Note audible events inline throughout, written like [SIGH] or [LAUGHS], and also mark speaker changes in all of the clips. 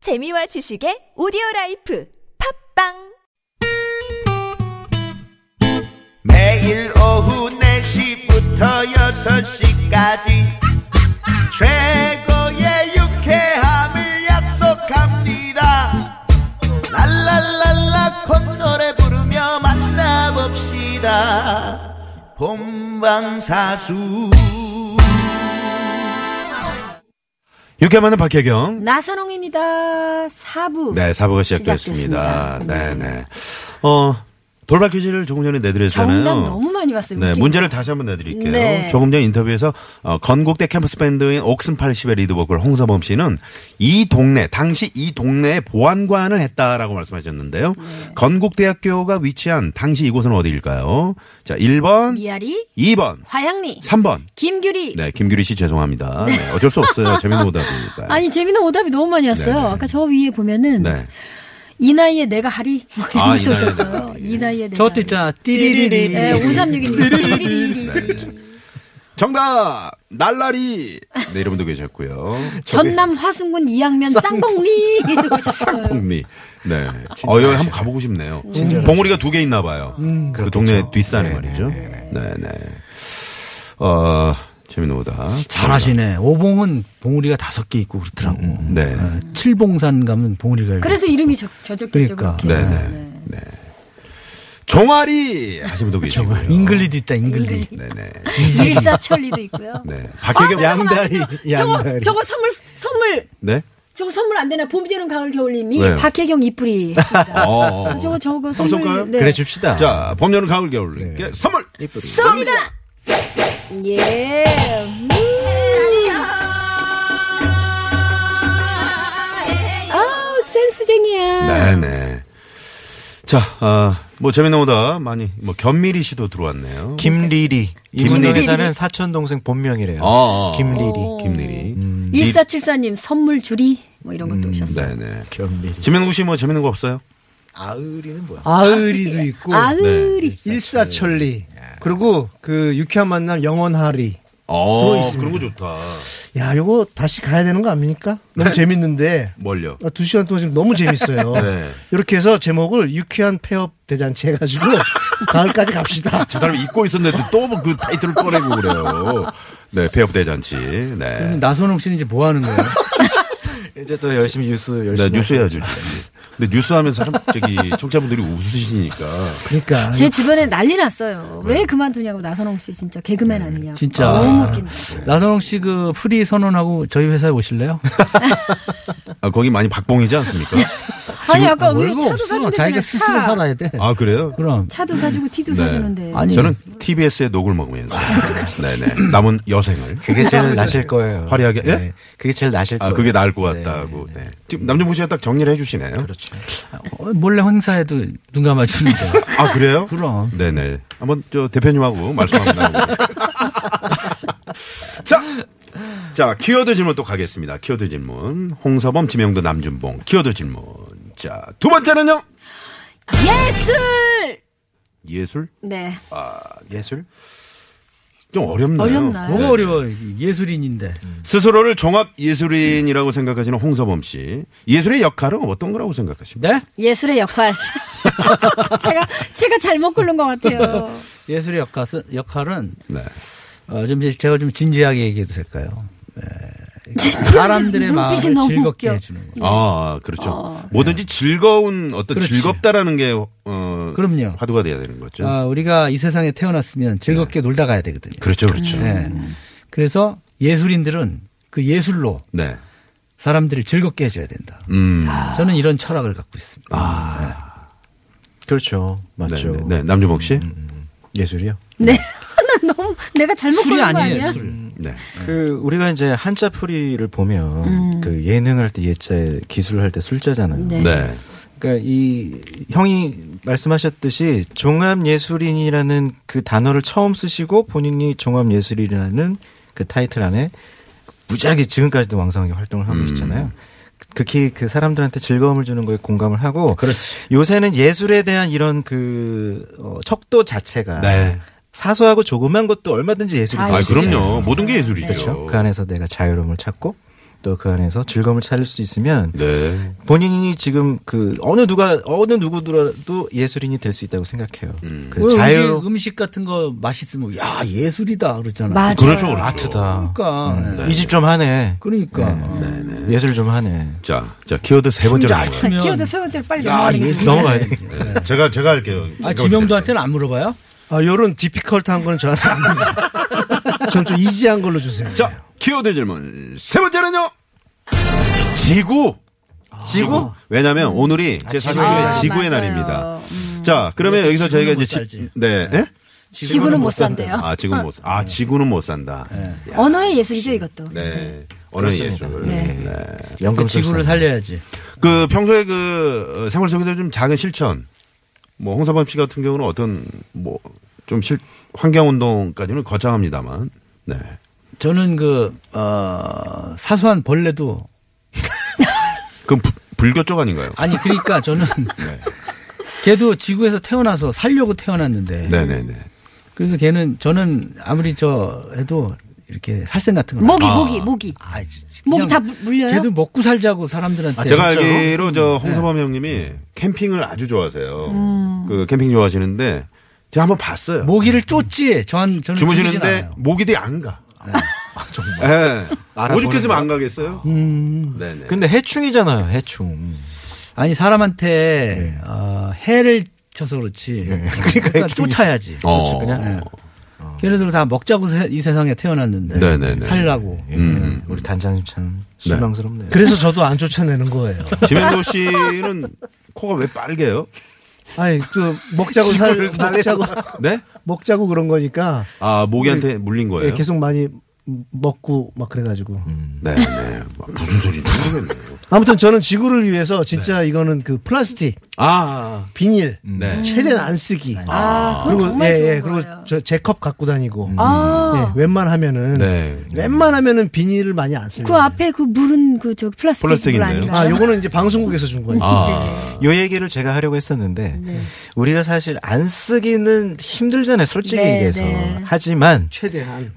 Speaker 1: 재미와 지식의 오디오 라이프 팝빵
Speaker 2: 매일 오후 4시부터 6시까지 최고의 유쾌함을 약속합니다 랄랄랄라 콧노래 부르며 만나봅시다 본방사수
Speaker 3: 유쾌한 만남 박혜경.
Speaker 4: 나선홍입니다. 사부.
Speaker 3: 네, 사부가 시작됐습니다. 네, 네. 어, 돌발 퀴즈를 조금 전에 내드렸잖아요.
Speaker 4: 정답 너무 많이 왔어요.
Speaker 3: 네,
Speaker 4: 웃기네요.
Speaker 3: 문제를 다시 한번 내드릴게요.
Speaker 4: 네.
Speaker 3: 조금 전 인터뷰에서 어, 건국대 캠퍼스 밴드인 옥슨팔십의 리드보컬 홍서범 씨는 이 동네 당시 이 동네의 보안관을 했다라고 말씀하셨는데요.
Speaker 4: 네.
Speaker 3: 건국대학교가 위치한 당시 이곳은 어디일까요? 자, 1번,
Speaker 4: 미아리,
Speaker 3: 2번,
Speaker 4: 화양리,
Speaker 3: 3번.
Speaker 4: 김규리.
Speaker 3: 네, 김규리 씨 죄송합니다. 네, 어쩔 수 없어요. 재밌는 오답이니까.
Speaker 4: 아니 재미난 오답이 너무 많이 왔어요.
Speaker 3: 네네.
Speaker 4: 아까 저 위에 보면은
Speaker 3: 네.
Speaker 4: 이 나이에 내가 하리 뭐 이런
Speaker 3: 아,
Speaker 4: 것도
Speaker 3: 이 나이에 내가
Speaker 4: 오셨어요.
Speaker 3: 하리.
Speaker 4: 이 나이에 내가.
Speaker 5: 저것도 있잖아. 띠리리리.
Speaker 4: 네,
Speaker 3: 네,
Speaker 4: 5361님.
Speaker 3: 정답 날라리 네 여러분도 계셨고요
Speaker 4: 전남 화순군 이양면 쌍봉리 [LAUGHS] 오셨어요.
Speaker 3: 콩리 네 어여 한번 가보고 싶네요 봉우리가 두 개 있나 봐요 그 동네 뒷산에 말이죠 네네 어 재밌는 거다
Speaker 5: 잘하시네. 오봉은 봉우리가 다섯 개 있고 그렇더라고.
Speaker 3: 네
Speaker 5: 어, 칠봉산 가면 봉우리가.
Speaker 4: 그래서 이름이 저, 저졌겠죠.
Speaker 5: 그러니까.
Speaker 4: 그렇게.
Speaker 3: 네네 네 종아리 하신 분도 계시고요
Speaker 5: 정말 잉글리드 있다, 잉글리.
Speaker 3: 네네
Speaker 4: 일사천리도 있고요.
Speaker 3: 네 박혜경
Speaker 4: 아, 근데 저건 안
Speaker 5: 양다리,
Speaker 4: 되죠. 저거
Speaker 5: 양다리.
Speaker 4: 저거 선물 선물
Speaker 3: 네
Speaker 4: 저거 선물 안 되나? 봄비는 가을 겨울님이
Speaker 3: 왜요?
Speaker 4: 박혜경 이뿌리 했습니다.
Speaker 3: 어, 어.
Speaker 4: 아, 저거 저거
Speaker 3: 써볼까요?
Speaker 4: 선물 네.
Speaker 5: 그래 줍시다.
Speaker 3: 자, 봄, 여름, 가을, 겨울. 이렇게 선물!
Speaker 4: 쏩니다. 예. 음. 아 센스쟁이야.
Speaker 3: 네네. 자, 아, 뭐, 재미난 오다 많이, 뭐, 견미리 씨도 들어왔네요.
Speaker 6: 김리리
Speaker 3: 김리리.
Speaker 6: 이분의 회사는 사촌 동생 본명이래요.
Speaker 3: 아, 아.
Speaker 6: 김리리 음.
Speaker 3: 김리리.
Speaker 4: 1474님 선물 줄이 뭐 이런
Speaker 5: 음,
Speaker 4: 것도 오셨어요.
Speaker 3: 네네.
Speaker 6: 김리리
Speaker 3: 지명국 씨 뭐 재밌는 거 없어요?
Speaker 6: 아으리는 뭐야?
Speaker 7: 아으리도 있고
Speaker 5: 네.
Speaker 4: 아으리.
Speaker 7: 일사천리 그리고 그 유쾌한 만남 영원하리
Speaker 3: 어, 그런 거 좋다.
Speaker 7: 야 요거 다시 가야 되는 거 아닙니까? 너무
Speaker 6: 네.
Speaker 7: 재밌는데
Speaker 3: 뭘요?
Speaker 7: 아, 두 시간 동안 지금
Speaker 6: [LAUGHS]
Speaker 7: 너무 재밌어요
Speaker 3: 네.
Speaker 7: 이렇게 해서 제목을 유쾌한 폐업 대잔치
Speaker 6: [LAUGHS]
Speaker 7: 해가지고 가을까지 갑시다
Speaker 3: 저 사람이 잊고 있었는데 또 그 타이틀을 꺼내고 그래요. 네, 폐업 대잔치. 네.
Speaker 5: 그럼 나선홍 씨는 이제 뭐 하는 거예요?
Speaker 6: 이제 또 열심히 뉴스
Speaker 3: 네,
Speaker 6: 열심히
Speaker 3: 뉴스 해야죠. 이제. 근데 뉴스 하면 사람, 저기, 청자분들이 웃으시니까.
Speaker 7: 그러니까
Speaker 4: 제 주변에 난리 났어요. 왜 그만두냐고 나선홍 씨 진짜 개그맨
Speaker 5: 네.
Speaker 4: 아니냐.
Speaker 5: 진짜.
Speaker 4: 너무 웃긴다.
Speaker 5: 나선홍 씨 그 프리 선언하고 저희 회사에 오실래요?
Speaker 3: 아, 거기 많이 박봉이지
Speaker 6: [LAUGHS]
Speaker 3: 않습니까?
Speaker 4: 아니 아까 왜 그러니까
Speaker 5: 월급
Speaker 4: 차도
Speaker 5: 없어.
Speaker 4: 사주는데
Speaker 5: 자기가
Speaker 4: 그냥
Speaker 5: 스스로
Speaker 4: 차.
Speaker 5: 살아야 돼.
Speaker 3: 아, 그래요?
Speaker 5: 그럼.
Speaker 4: 차도 사주고 티도 사주는데.
Speaker 5: 아니.
Speaker 3: 저는 TBS의 녹을
Speaker 6: [LAUGHS]
Speaker 3: 먹으면서. 네네. 남은 여생을.
Speaker 6: 그게 제일 나실 거예요. 네.
Speaker 3: 화려하게? 예?
Speaker 6: 그게 제일 나실
Speaker 3: 아,
Speaker 6: 거예요.
Speaker 3: 그게 나을 것 같다고. 네. 지금 남준부 씨가 딱 정리를 해주시네요.
Speaker 6: 그렇죠.
Speaker 5: 어, 몰래 행사에도 눈 감아주는데. [LAUGHS]
Speaker 3: 아, 그래요?
Speaker 5: 그럼.
Speaker 3: 네네. 한번 저 대표님하고 말씀 한번
Speaker 6: [LAUGHS]
Speaker 3: 나누고. 자, 자 키워드 질문 또 가겠습니다. 키워드 질문. 홍서범, 지명도, 남준봉. 키워드 질문. 자, 두 번째는요.
Speaker 4: 예술.
Speaker 3: 예술?
Speaker 4: 네.
Speaker 6: 예술?
Speaker 3: 좀 어렵나요?
Speaker 4: 어렵나요?
Speaker 5: 뭐가 어려워. 예술인인데.
Speaker 3: 스스로를 종합 예술인이라고 생각하시는 홍서범 씨. 예술의 역할은 어떤 거라고 생각하십니까?
Speaker 5: 네?
Speaker 4: 예술의 역할. [LAUGHS] 제가 제가 잘못 고른 것 같아요.
Speaker 5: 예술의 역할은, 역할은
Speaker 3: 네.
Speaker 5: 어, 좀 이제 제가 좀 진지하게 얘기해도 될까요? 네. 사람들의
Speaker 4: 눈빛이
Speaker 5: 마음을
Speaker 4: 너무
Speaker 5: 즐겁게
Speaker 4: 웃겨.
Speaker 5: 해주는 거.
Speaker 3: 아, 그렇죠. 뭐든지 즐거운 어떤
Speaker 5: 그렇지.
Speaker 3: 즐겁다라는 게 어,
Speaker 5: 그럼요.
Speaker 3: 화두가 돼야 되는 거죠.
Speaker 5: 아, 우리가 이 세상에 태어났으면 즐겁게 놀다 가야 되거든요.
Speaker 3: 그렇죠, 그렇죠.
Speaker 5: 네. 그래서 예술인들은 그 예술로
Speaker 3: 네.
Speaker 5: 사람들을 즐겁게 해줘야 된다.
Speaker 3: 음.
Speaker 5: 저는 이런 철학을 갖고 있습니다.
Speaker 6: 그렇죠. 맞죠. 음,
Speaker 3: 네, 네, 네. 남주복 씨.
Speaker 6: 예술이요?
Speaker 4: 네. [LAUGHS] 나 너무 내가 잘못
Speaker 5: 술이
Speaker 4: 고른 거
Speaker 5: 아니에요,
Speaker 4: 아니야?
Speaker 5: 술.
Speaker 3: 네.
Speaker 6: 그 우리가 이제 한자 풀이를 보면 그 예능 할 때 예자에 기술 할 때 술자잖아요.
Speaker 4: 네.
Speaker 3: 네.
Speaker 6: 그러니까 이 형이 말씀하셨듯이 종합 예술인이라는 그 단어를 처음 쓰시고 본인이 종합 예술인이라는 그 타이틀 안에 무지하게 지금까지도 왕성하게 활동을 하고
Speaker 3: 음.
Speaker 6: 계시잖아요. 극히 그 사람들한테 즐거움을 주는 거에 공감을 하고
Speaker 5: 그렇지.
Speaker 6: 요새는 예술에 대한 이런 그 어, 척도 자체가
Speaker 3: 네.
Speaker 6: 사소하고 조그만 것도 얼마든지 예술이
Speaker 4: 아,
Speaker 3: 아,
Speaker 6: 될 수 그렇죠. 있지
Speaker 3: 그럼요.
Speaker 6: 않습니까?
Speaker 3: 모든 게 예술이죠.
Speaker 6: 그렇죠. 그 안에서 내가 자유로움을 찾고 또 그 안에서 즐거움을 찾을 수 있으면
Speaker 3: 네.
Speaker 6: 본인이 지금 그 어느 누가 어느 누구더라도 예술인이 될 수 있다고 생각해요. 그래서
Speaker 5: 왜
Speaker 6: 자유
Speaker 5: 음식, 음식 같은 거 맛있으면 야 예술이다 그러잖아.
Speaker 4: 맞아요.
Speaker 3: 그렇죠, 그렇죠.
Speaker 6: 아트다.
Speaker 5: 그러니까 네.
Speaker 6: 이 집 좀 음. 하네.
Speaker 5: 그러니까
Speaker 6: 예술 좀 하네.
Speaker 3: 자, 자 키워드 세 번째로
Speaker 5: 춤잘
Speaker 3: 넘어가요.
Speaker 5: 추면
Speaker 4: 키워드 세 번째로 빨리
Speaker 7: 아,
Speaker 5: 야
Speaker 4: 넘어가는
Speaker 5: 예술
Speaker 6: 넘어가야 돼.
Speaker 3: 네. 제가 제가 할게요. 제가
Speaker 5: 아 지명도한테는 안 물어봐요?
Speaker 7: 아, 요런 디피컬트한 거는 저한테 안 됩니다. [LAUGHS] 전좀 이지한 걸로 주세요.
Speaker 3: 자, 키워드 질문 세 번째는요. 지구. 지구? 왜냐면 오늘이 제 사실
Speaker 4: 아,
Speaker 3: 지구의
Speaker 4: 맞아요.
Speaker 3: 날입니다. 자, 그러면 여기서 저희가
Speaker 5: 지구는
Speaker 3: 이제
Speaker 5: 못
Speaker 3: 지-
Speaker 5: 살지.
Speaker 3: 네. 네?
Speaker 4: 지구는 못 산대요.
Speaker 3: 아, 지구는 못. 아, 지구는 못 산다.
Speaker 4: 언어의 예술이죠 이것도.
Speaker 3: 네. 어느 예술.
Speaker 4: 네.
Speaker 5: 그
Speaker 6: 연금
Speaker 5: 지구를 살려야지.
Speaker 3: 그 평소에 그 어, 생활 속에서 좀 작은 실천. 뭐 홍사범 씨 같은 경우는 어떤 뭐 좀 실 환경 운동까지는 거창합니다만. 네.
Speaker 5: 저는 그 어, 사소한 벌레도
Speaker 3: 그럼 부- 불교 쪽 아닌가요?
Speaker 5: 아니 그러니까 저는 걔도 지구에서 태어나서 살려고 태어났는데
Speaker 3: 네, 네, 네.
Speaker 5: 그래서 걔는 저는 아무리 저 해도 이렇게 살생 같은 거
Speaker 4: 모기 모기 모기
Speaker 5: 아, 진짜
Speaker 4: 모기 뭐?
Speaker 5: 그냥
Speaker 4: 다 물- 물려요?
Speaker 5: 걔도 먹고 살자고 사람들한테 그렇죠.
Speaker 3: 아, 제가 알기로 저 홍서범 형님이 캠핑을 아주 좋아하세요. 그 캠핑 좋아하시는데 제가 한번 봤어요.
Speaker 5: 모기를 쫓지. 전 저는 죽이진
Speaker 3: 주무시는데
Speaker 5: 뭐 않아요.
Speaker 3: 모기들이 안 가. [LAUGHS] 정말.
Speaker 6: 알아보는
Speaker 3: 오죽했으면
Speaker 6: 거야?
Speaker 3: 안 가겠어요? 네네.
Speaker 6: 근데 해충이잖아요. 해충.
Speaker 5: 아니 사람한테
Speaker 3: 네.
Speaker 5: 어, 해를 쳐서 그렇지.
Speaker 3: [LAUGHS]
Speaker 5: 그러니까, 쫓아야지.
Speaker 3: 어.
Speaker 6: 그냥
Speaker 5: 걔네들 다 먹자고 세- 이 세상에 태어났는데
Speaker 3: 네네네.
Speaker 5: 살라고.
Speaker 6: 예,
Speaker 3: 음.
Speaker 6: 우리 단장님 참 실망스럽네요.
Speaker 7: 그래서 저도 안 쫓아내는 거예요.
Speaker 3: 지명도 씨는 코가 왜 빨개요?
Speaker 7: 아니, 그, 먹자고 살, 먹자고,
Speaker 3: 네?
Speaker 7: 먹자고 그런 거니까.
Speaker 3: 아, 모기한테 물린
Speaker 7: 예,
Speaker 3: 거예요?
Speaker 7: 계속 많이 먹고 막 그래가지고.
Speaker 3: 네, 네. 아, 무슨 소리인지 모르겠네요.
Speaker 7: 아무튼 저는 지구를 위해서 진짜 이거는 그 플라스틱,
Speaker 3: 아,
Speaker 7: 비닐.
Speaker 3: 네.
Speaker 7: 최대한 안 쓰기.
Speaker 4: 아, 그건 정말
Speaker 7: 예,
Speaker 4: 좋은
Speaker 7: 예,
Speaker 4: 거예요.
Speaker 7: 그리고 저 제 컵 갖고 다니고.
Speaker 4: 아,
Speaker 7: 예, 웬만하면은.
Speaker 3: 네.
Speaker 7: 웬만하면은 비닐을 많이 안 쓰는.
Speaker 4: 그 앞에 그 물은 그 저 플라스틱
Speaker 3: 플라스틱
Speaker 4: 물
Speaker 3: 있네요.
Speaker 4: 아닌가요?
Speaker 7: 아, 요거는 이제 방송국에서 준 거니까.
Speaker 3: 아,
Speaker 6: 요 얘기를 제가 하려고 했었는데
Speaker 7: 네.
Speaker 6: 우리가 사실 안 쓰기는 힘들잖아요. 솔직히
Speaker 4: 네,
Speaker 6: 얘기해서.
Speaker 4: 네.
Speaker 6: 하지만
Speaker 7: 최대한.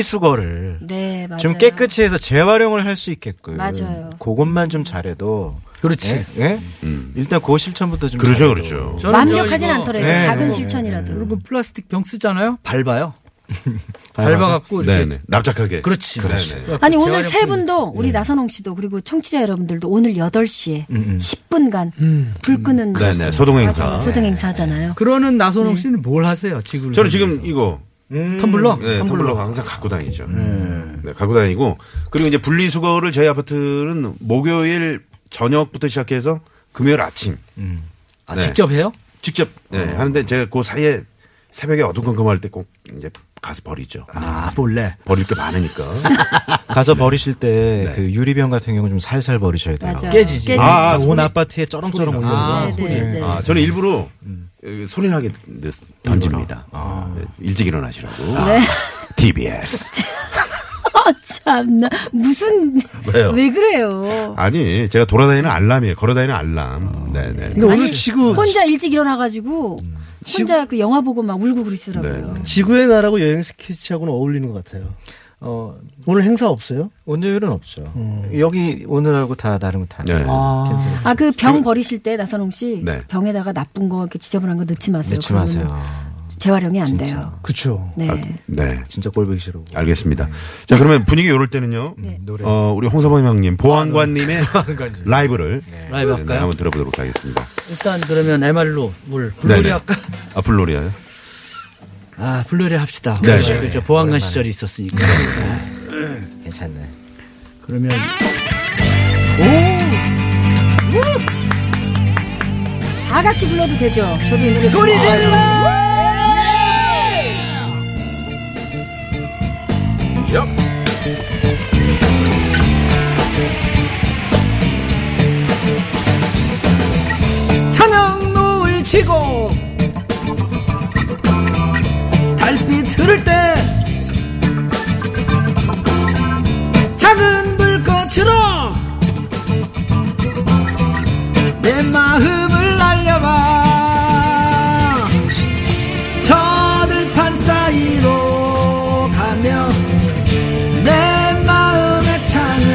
Speaker 6: 분리수거를
Speaker 4: 네 맞아요.
Speaker 6: 좀 깨끗이 해서 재활용을 할 수 있게끔
Speaker 4: 맞아요.
Speaker 6: 그것만 좀 잘해도
Speaker 5: 그렇지.
Speaker 6: 예? 예?
Speaker 3: 음.
Speaker 6: 일단 그 실천부터 좀
Speaker 3: 그렇죠,
Speaker 6: 잘해도.
Speaker 3: 그렇죠.
Speaker 5: 저는
Speaker 4: 완벽하진
Speaker 5: 저 이거-
Speaker 4: 않더라도
Speaker 6: 네,
Speaker 4: 작은
Speaker 6: 네.
Speaker 4: 실천이라도.
Speaker 5: 그리고 플라스틱 병 쓰잖아요. 밟아요.
Speaker 6: 밟아서?
Speaker 5: 밟아갖고 이렇게.
Speaker 3: 네, 네. 납작하게.
Speaker 5: 그렇지.
Speaker 3: 네, 네.
Speaker 4: 아니 오늘 세
Speaker 5: 재활용품
Speaker 4: 분도 우리 나선홍 씨도 그리고 청취자 여러분들도 오늘 8시에 10분간 불 끄는
Speaker 3: 네, 네. 소등 행사.
Speaker 4: 맞아요. 소등 행사 하잖아요.
Speaker 5: 그러는 나선홍
Speaker 4: 네.
Speaker 5: 씨는 뭘 하세요? 지구를
Speaker 3: 저는 지금
Speaker 5: 살면서?
Speaker 3: 이거
Speaker 5: 음, 텀블러.
Speaker 3: 네, 음. 텀블러가 항상 갖고 다니죠. 네, 갖고 다니고 그리고 이제 분리수거를 저희 아파트는 목요일 저녁부터 시작해서 금요일 아침
Speaker 5: 아,
Speaker 3: 네.
Speaker 5: 직접 해요?
Speaker 3: 직접 네, 하는데 제가 그 사이에 새벽에 어두컴컴할 때 꼭 이제 가서 버리죠.
Speaker 5: 아 몰래.
Speaker 3: 버릴 게 [LAUGHS] 많으니까.
Speaker 6: 가서 버리실 때 그
Speaker 3: 네.
Speaker 6: 유리병 같은 경우 좀 살살 버리셔야 돼요.
Speaker 4: 맞아요.
Speaker 5: 깨지지.
Speaker 4: 아,
Speaker 3: 아,
Speaker 6: 온 아파트에 쩌렁쩌렁
Speaker 3: 소리
Speaker 6: 올려서
Speaker 5: 나.
Speaker 4: 네, 네, 네.
Speaker 3: 아, 저는 일부러 어, 소리나게 내- 던집니다. 네, 일찍 일어나시라고. 아, TBS.
Speaker 4: 아, 참나 무슨
Speaker 3: 왜요?
Speaker 4: 왜 그래요?
Speaker 3: 아니, 제가 돌아다니는 알람이에요. 걸어다니는 알람. 네, 네.
Speaker 7: 근데 오늘 지구,
Speaker 4: 혼자 일찍 일어나가지고 혼자 그 영화 보고 막 울고 그러시더라고요.
Speaker 7: 지구의 나라고 여행 스케치하고는 어울리는 것 같아요.
Speaker 6: 어,
Speaker 7: 오늘 행사 없어요?
Speaker 6: 오늘은 없죠. 여기 오늘하고 다 다른 거 다.
Speaker 3: 네.
Speaker 6: 괜찮아요.
Speaker 4: 아 그 병 버리실 때 나선홍 씨
Speaker 3: 네.
Speaker 4: 병에다가 나쁜 거 이렇게 지저분한 거 넣지 마세요.
Speaker 6: 넣지 마세요.
Speaker 4: 그러면 재활용이 안 돼요.
Speaker 7: 그쵸.
Speaker 4: 네.
Speaker 3: 네.
Speaker 6: 진짜 꼴보기 싫어.
Speaker 3: 알겠습니다. 자, 그러면 분위기 요럴 때는요.
Speaker 4: 네.
Speaker 6: 노래.
Speaker 3: 어, 우리 홍서범 형님, 보안관님의 라이브를
Speaker 5: 라이브
Speaker 3: 네,
Speaker 5: 할까요?
Speaker 3: 한번 들어보도록 하겠습니다.
Speaker 5: 일단 그러면 MR로 물
Speaker 3: 네,
Speaker 5: 불놀이
Speaker 3: 네.
Speaker 5: 할까?
Speaker 3: 아, 불놀이요?
Speaker 5: 아 불놀이 합시다.
Speaker 3: 네,
Speaker 5: 그죠?
Speaker 3: 네.
Speaker 5: 그죠? 보안관 시절이 있었으니까.
Speaker 6: 괜찮네.
Speaker 5: 그러면
Speaker 4: 다 같이 불러도 되죠. 저도 이 노래 소리 질러.
Speaker 8: 저녁 노을 지고 달빛 흐를 때 작은 불꽃으로 내 마음을 날려봐 저 들판 사이로 가며 내 마음의 창을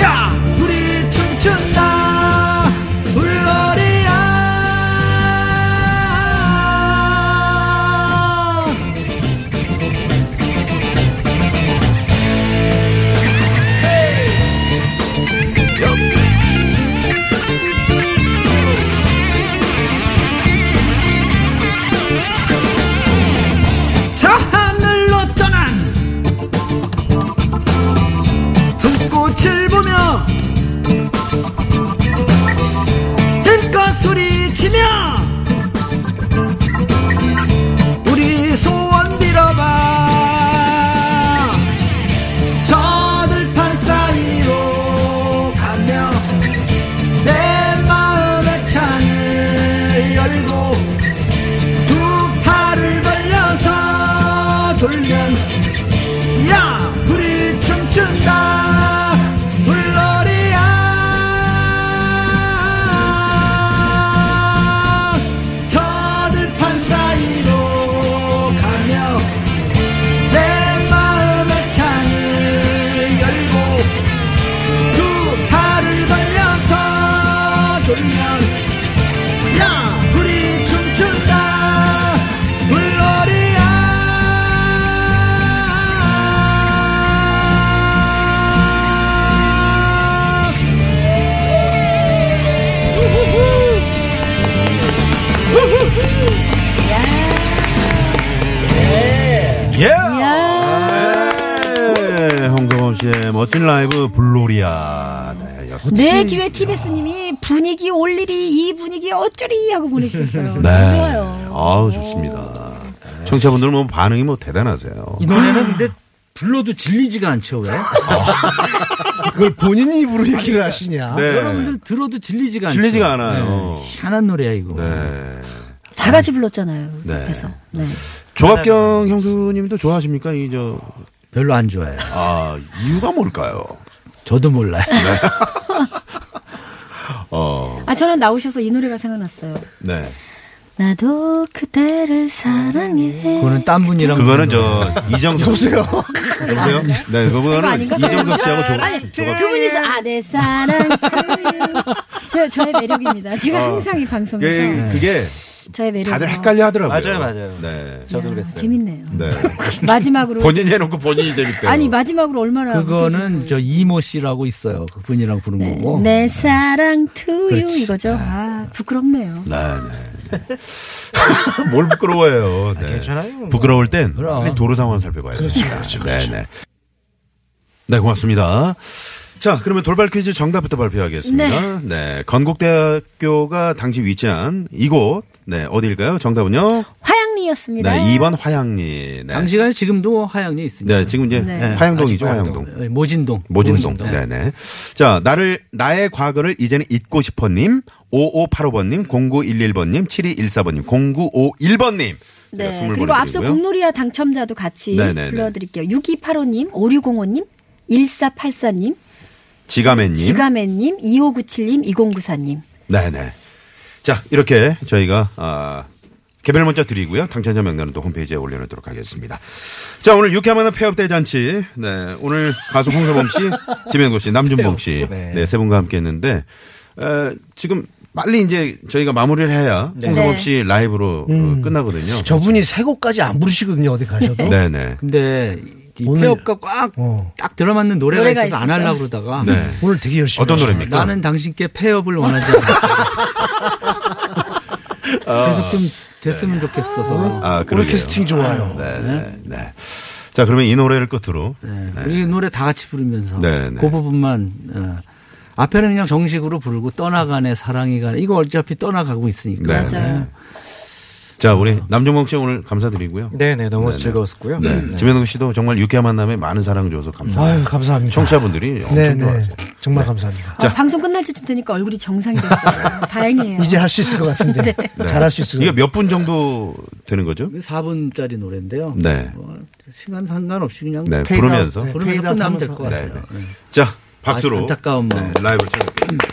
Speaker 8: 야 우리 춤춘다 불놀이야 저 하늘로 떠난 불꽃을 보며 힘껏 소리치며 우리 소원 빌어봐 저 들판 사이로 가며 내 마음의 창을 열고 두 팔을 벌려서 돌면 야 불이 춤춘다 불놀이야 저 들판 사이로 가며 내 마음의 창을 열고 두 팔을 벌려서 돌면 야 불이 춤춘다 불놀이야
Speaker 3: 예! 예! 홍성범 씨의 멋진 라이브 불로리아. 네, 였습니다.
Speaker 4: 네 기회 TBS님이 분위기 올리리 이 분위기 어쩌리 하고 보내주셨어요.
Speaker 3: 네.
Speaker 4: 좋아요.
Speaker 3: 아우, 좋습니다. 청취자분들 뭐 반응이 뭐 대단하세요.
Speaker 5: 이 노래는 근데 불러도 질리지가 않죠, 왜?
Speaker 7: 그걸 본인 입으로 얘기를 하시냐?
Speaker 5: 여러분들 들어도 질리지가 않죠. 네.
Speaker 3: 질리지가 네. 않아요.
Speaker 5: 희한한 노래야, 이거.
Speaker 3: 네.
Speaker 4: 다 같이 불렀잖아요.
Speaker 3: 네.
Speaker 4: 옆에서. 네.
Speaker 3: 조합경 형수님도 좋아하십니까? 이 저,
Speaker 5: 별로 안 좋아해요.
Speaker 3: 아, 이유가 뭘까요?
Speaker 5: 저도 몰라요.
Speaker 3: 네. 어,
Speaker 4: 아 저는 나오셔서 이 노래가 생각났어요.
Speaker 3: 네.
Speaker 4: 나도 그대를 사랑해.
Speaker 5: [LAUGHS] 그거는 딴 분이랑.
Speaker 3: 그거는 저, 이정석 씨. 여보세요? 여보세요? 네,
Speaker 4: 그거
Speaker 3: 그거는
Speaker 4: 아닌가?
Speaker 3: 이정석 씨하고 조, 그,
Speaker 4: 아니, 두
Speaker 3: 조합-
Speaker 4: 분이서 아내 네, 사랑 그- 저 저의 매력입니다. 제가 항상 이 방송에서
Speaker 3: 그게, 그게
Speaker 4: 저의 매력.
Speaker 3: 어. 예, 다들 헷갈려 하더라고요.
Speaker 6: 맞아요, 맞아요.
Speaker 3: 네.
Speaker 6: 저도 그랬어요.
Speaker 4: 뭐? 재밌네요.
Speaker 3: 네.
Speaker 4: 마지막으로
Speaker 9: 본인이 해놓고 본인이 재밌대요.
Speaker 4: 아니 마지막으로 얼마나
Speaker 5: 그거는
Speaker 4: 웃기지?
Speaker 5: 저 이모 씨라고 있어요. 그 분이랑 부른
Speaker 4: 네.
Speaker 5: 거고.
Speaker 4: 내 사랑 투유
Speaker 5: 그렇지.
Speaker 4: 이거죠. 아 부끄럽네요.
Speaker 3: 네, 네. 뭘 부끄러워요. 네.
Speaker 6: 괜찮아요. 뭐. 그렇죠,
Speaker 3: 부끄러울 땐
Speaker 5: 그럼.
Speaker 3: 빨리 도로 상황 살펴봐야 됩니다. 네, 네. 네, 고맙습니다. 자, 그러면 돌발 퀴즈 정답부터 발표하겠습니다. 네. 건국대학교가 당시 위치한 이곳, 네, 어디일까요? 정답은요?
Speaker 4: 화양리였습니다.
Speaker 3: 네, 2번 화양리. 네.
Speaker 5: 당시간 지금도 화양리에 있습니다.
Speaker 3: 네, 지금 이제
Speaker 4: 네.
Speaker 3: 화양동이죠,
Speaker 5: 아직
Speaker 3: 화양동.
Speaker 5: 네, 모진동.
Speaker 3: 모진동. 네네. 자, 나를, 나의 과거를 이제는 잊고 싶어님, 5585번님, 0911번님, 7214번님, 0951번님.
Speaker 4: 네, 그리고 앞서 공놀이와 당첨자도 같이
Speaker 3: 네, 네, 네.
Speaker 4: 불러드릴게요. 6285님, 5605님, 1484님,
Speaker 3: 지가매님.
Speaker 4: 지가맨님, 2597님, 2094님.
Speaker 3: 네네. 자, 이렇게 저희가, 아, 개별 문자 드리고요. 당첨자 명단은 또 홈페이지에 올려놓도록 하겠습니다. 자, 오늘 유쾌한 만남 폐업 대잔치. 네, 오늘 가수 홍서범
Speaker 7: [LAUGHS]
Speaker 3: 씨, 지명도 씨, 남준봉 씨.
Speaker 6: 네.
Speaker 3: 네, 세 분과 함께 했는데, 에, 지금 빨리 이제 저희가 마무리를 해야 홍서범
Speaker 4: 네.
Speaker 3: 씨 라이브로 어, 끝나거든요.
Speaker 7: 음. 저분이 세 곡까지 안 부르시거든요. 어디 가셔도.
Speaker 3: 네네.
Speaker 5: 근데 이
Speaker 7: 오늘-
Speaker 5: 폐업과 꽉 딱
Speaker 7: 어.
Speaker 5: 들어맞는 노래가,
Speaker 4: 노래가
Speaker 5: 있어서 안
Speaker 4: 있었어요.
Speaker 5: 하려고 그러다가
Speaker 3: 네.
Speaker 7: 오늘 되게 열심히.
Speaker 3: 어떤
Speaker 7: 하시네요.
Speaker 3: 노래입니까?
Speaker 5: 나는 당신께 폐업을 원하지 않았어. 그래서 좀 됐으면 좋겠어서.
Speaker 3: 네. 아, 그러게요.
Speaker 7: 오르케스팅 좋아요.
Speaker 3: 네네. 네. 자, 그러면 이 노래를 끝으로.
Speaker 5: 네. 우리 노래 다 같이 부르면서
Speaker 3: 네, 네.
Speaker 5: 그 부분만 어, 앞에는 그냥 정식으로 부르고 떠나가네 사랑이 가네 이거 어차피 떠나가고 있으니까
Speaker 3: 네.
Speaker 4: 맞아요.
Speaker 3: 자, 우리 남준봉 씨 오늘 감사드리고요.
Speaker 6: 네네 너무 즐거웠고요.
Speaker 3: 네.
Speaker 6: 네.
Speaker 3: 지명동 씨도 정말 유쾌한 만남에 많은 사랑 줘서 감사합니다.
Speaker 7: 네. 아유 감사합니다.
Speaker 3: 청취자분들이 엄청
Speaker 7: 네네.
Speaker 3: 좋아하세요.
Speaker 7: 정말 감사합니다.
Speaker 4: 아, 방송 끝날 때쯤 되니까 얼굴이 정상이 됐어요. 다행이에요.
Speaker 7: 이제 할 수 있을 것 같은데. [LAUGHS]
Speaker 3: 네.
Speaker 7: 잘할 수 있을 것
Speaker 3: 이게
Speaker 7: 같아요.
Speaker 3: 몇 분 정도 되는 거죠?
Speaker 5: 4분짜리 그 노래인데요.
Speaker 3: 네.
Speaker 5: 뭐 시간 상관없이 그냥
Speaker 3: 네.
Speaker 7: 페이드
Speaker 3: 부르면서.
Speaker 7: 아웃, 네,
Speaker 5: 부르면서
Speaker 7: 페이드 아웃
Speaker 5: 끝나면
Speaker 7: 하면서.
Speaker 5: 될 것 같아요.
Speaker 3: 네, 네. 자, 박수로.
Speaker 5: 아, 안타까운 마음.
Speaker 3: 네, 라이브를 찾아뵙겠습니다.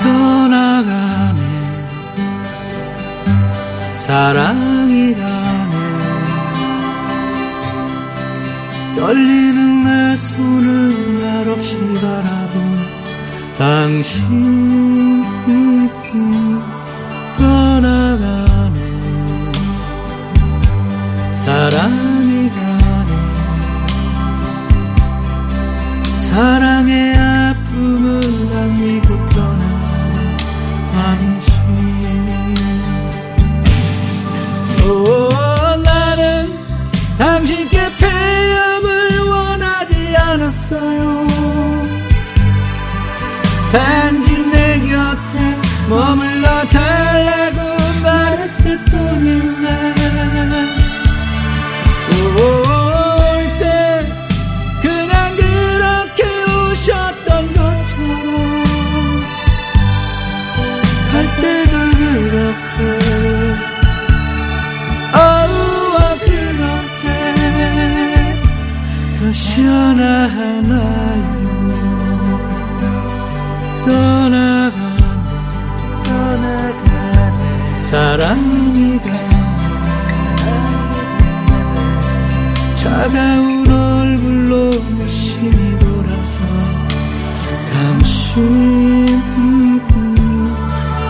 Speaker 8: 떠나가네
Speaker 5: 사랑이라네 떨리는 내 손을 말없이 바라본 당신 떠나가네 사랑이라네 사랑의 아픔을 안기고 떠나 당신 오, 나는 당신께 폐염을 원하지 않았어요 단지 내 곁에 머물러 달라고 말했을 뿐이네 올 때 그냥 그렇게 우셨던 것처럼 할 때도 그렇게 어우와 그렇게 가시나 하나요 떠나가네 떠나가네 사랑이 가네 차가운 얼굴로 무심히 돌아서 당신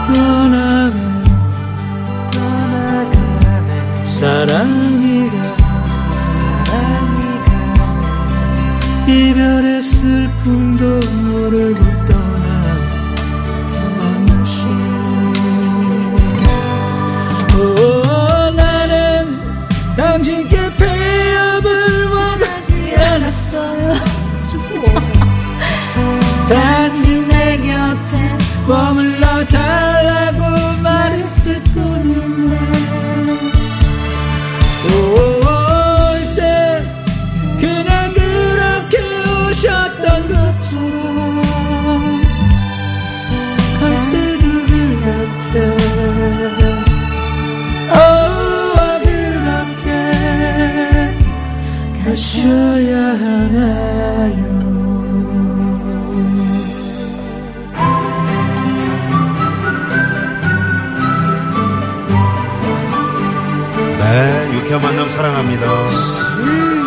Speaker 5: 떠나가네 떠나가네 사랑이 가네 사랑이 가네 이별의 슬픔도 모르고 떠난 당신 오, 나는 당신께 폐업을 원하지 않았어요. 단지 내 곁에 머물러 달라고 말했을 뿐인데. 올 때 그냥 그렇게 오셨던 것처럼 갈 때도 그렇게 어우 그렇게 가셔야 하나요
Speaker 3: 네, 유쾌한 만남 사랑합니다.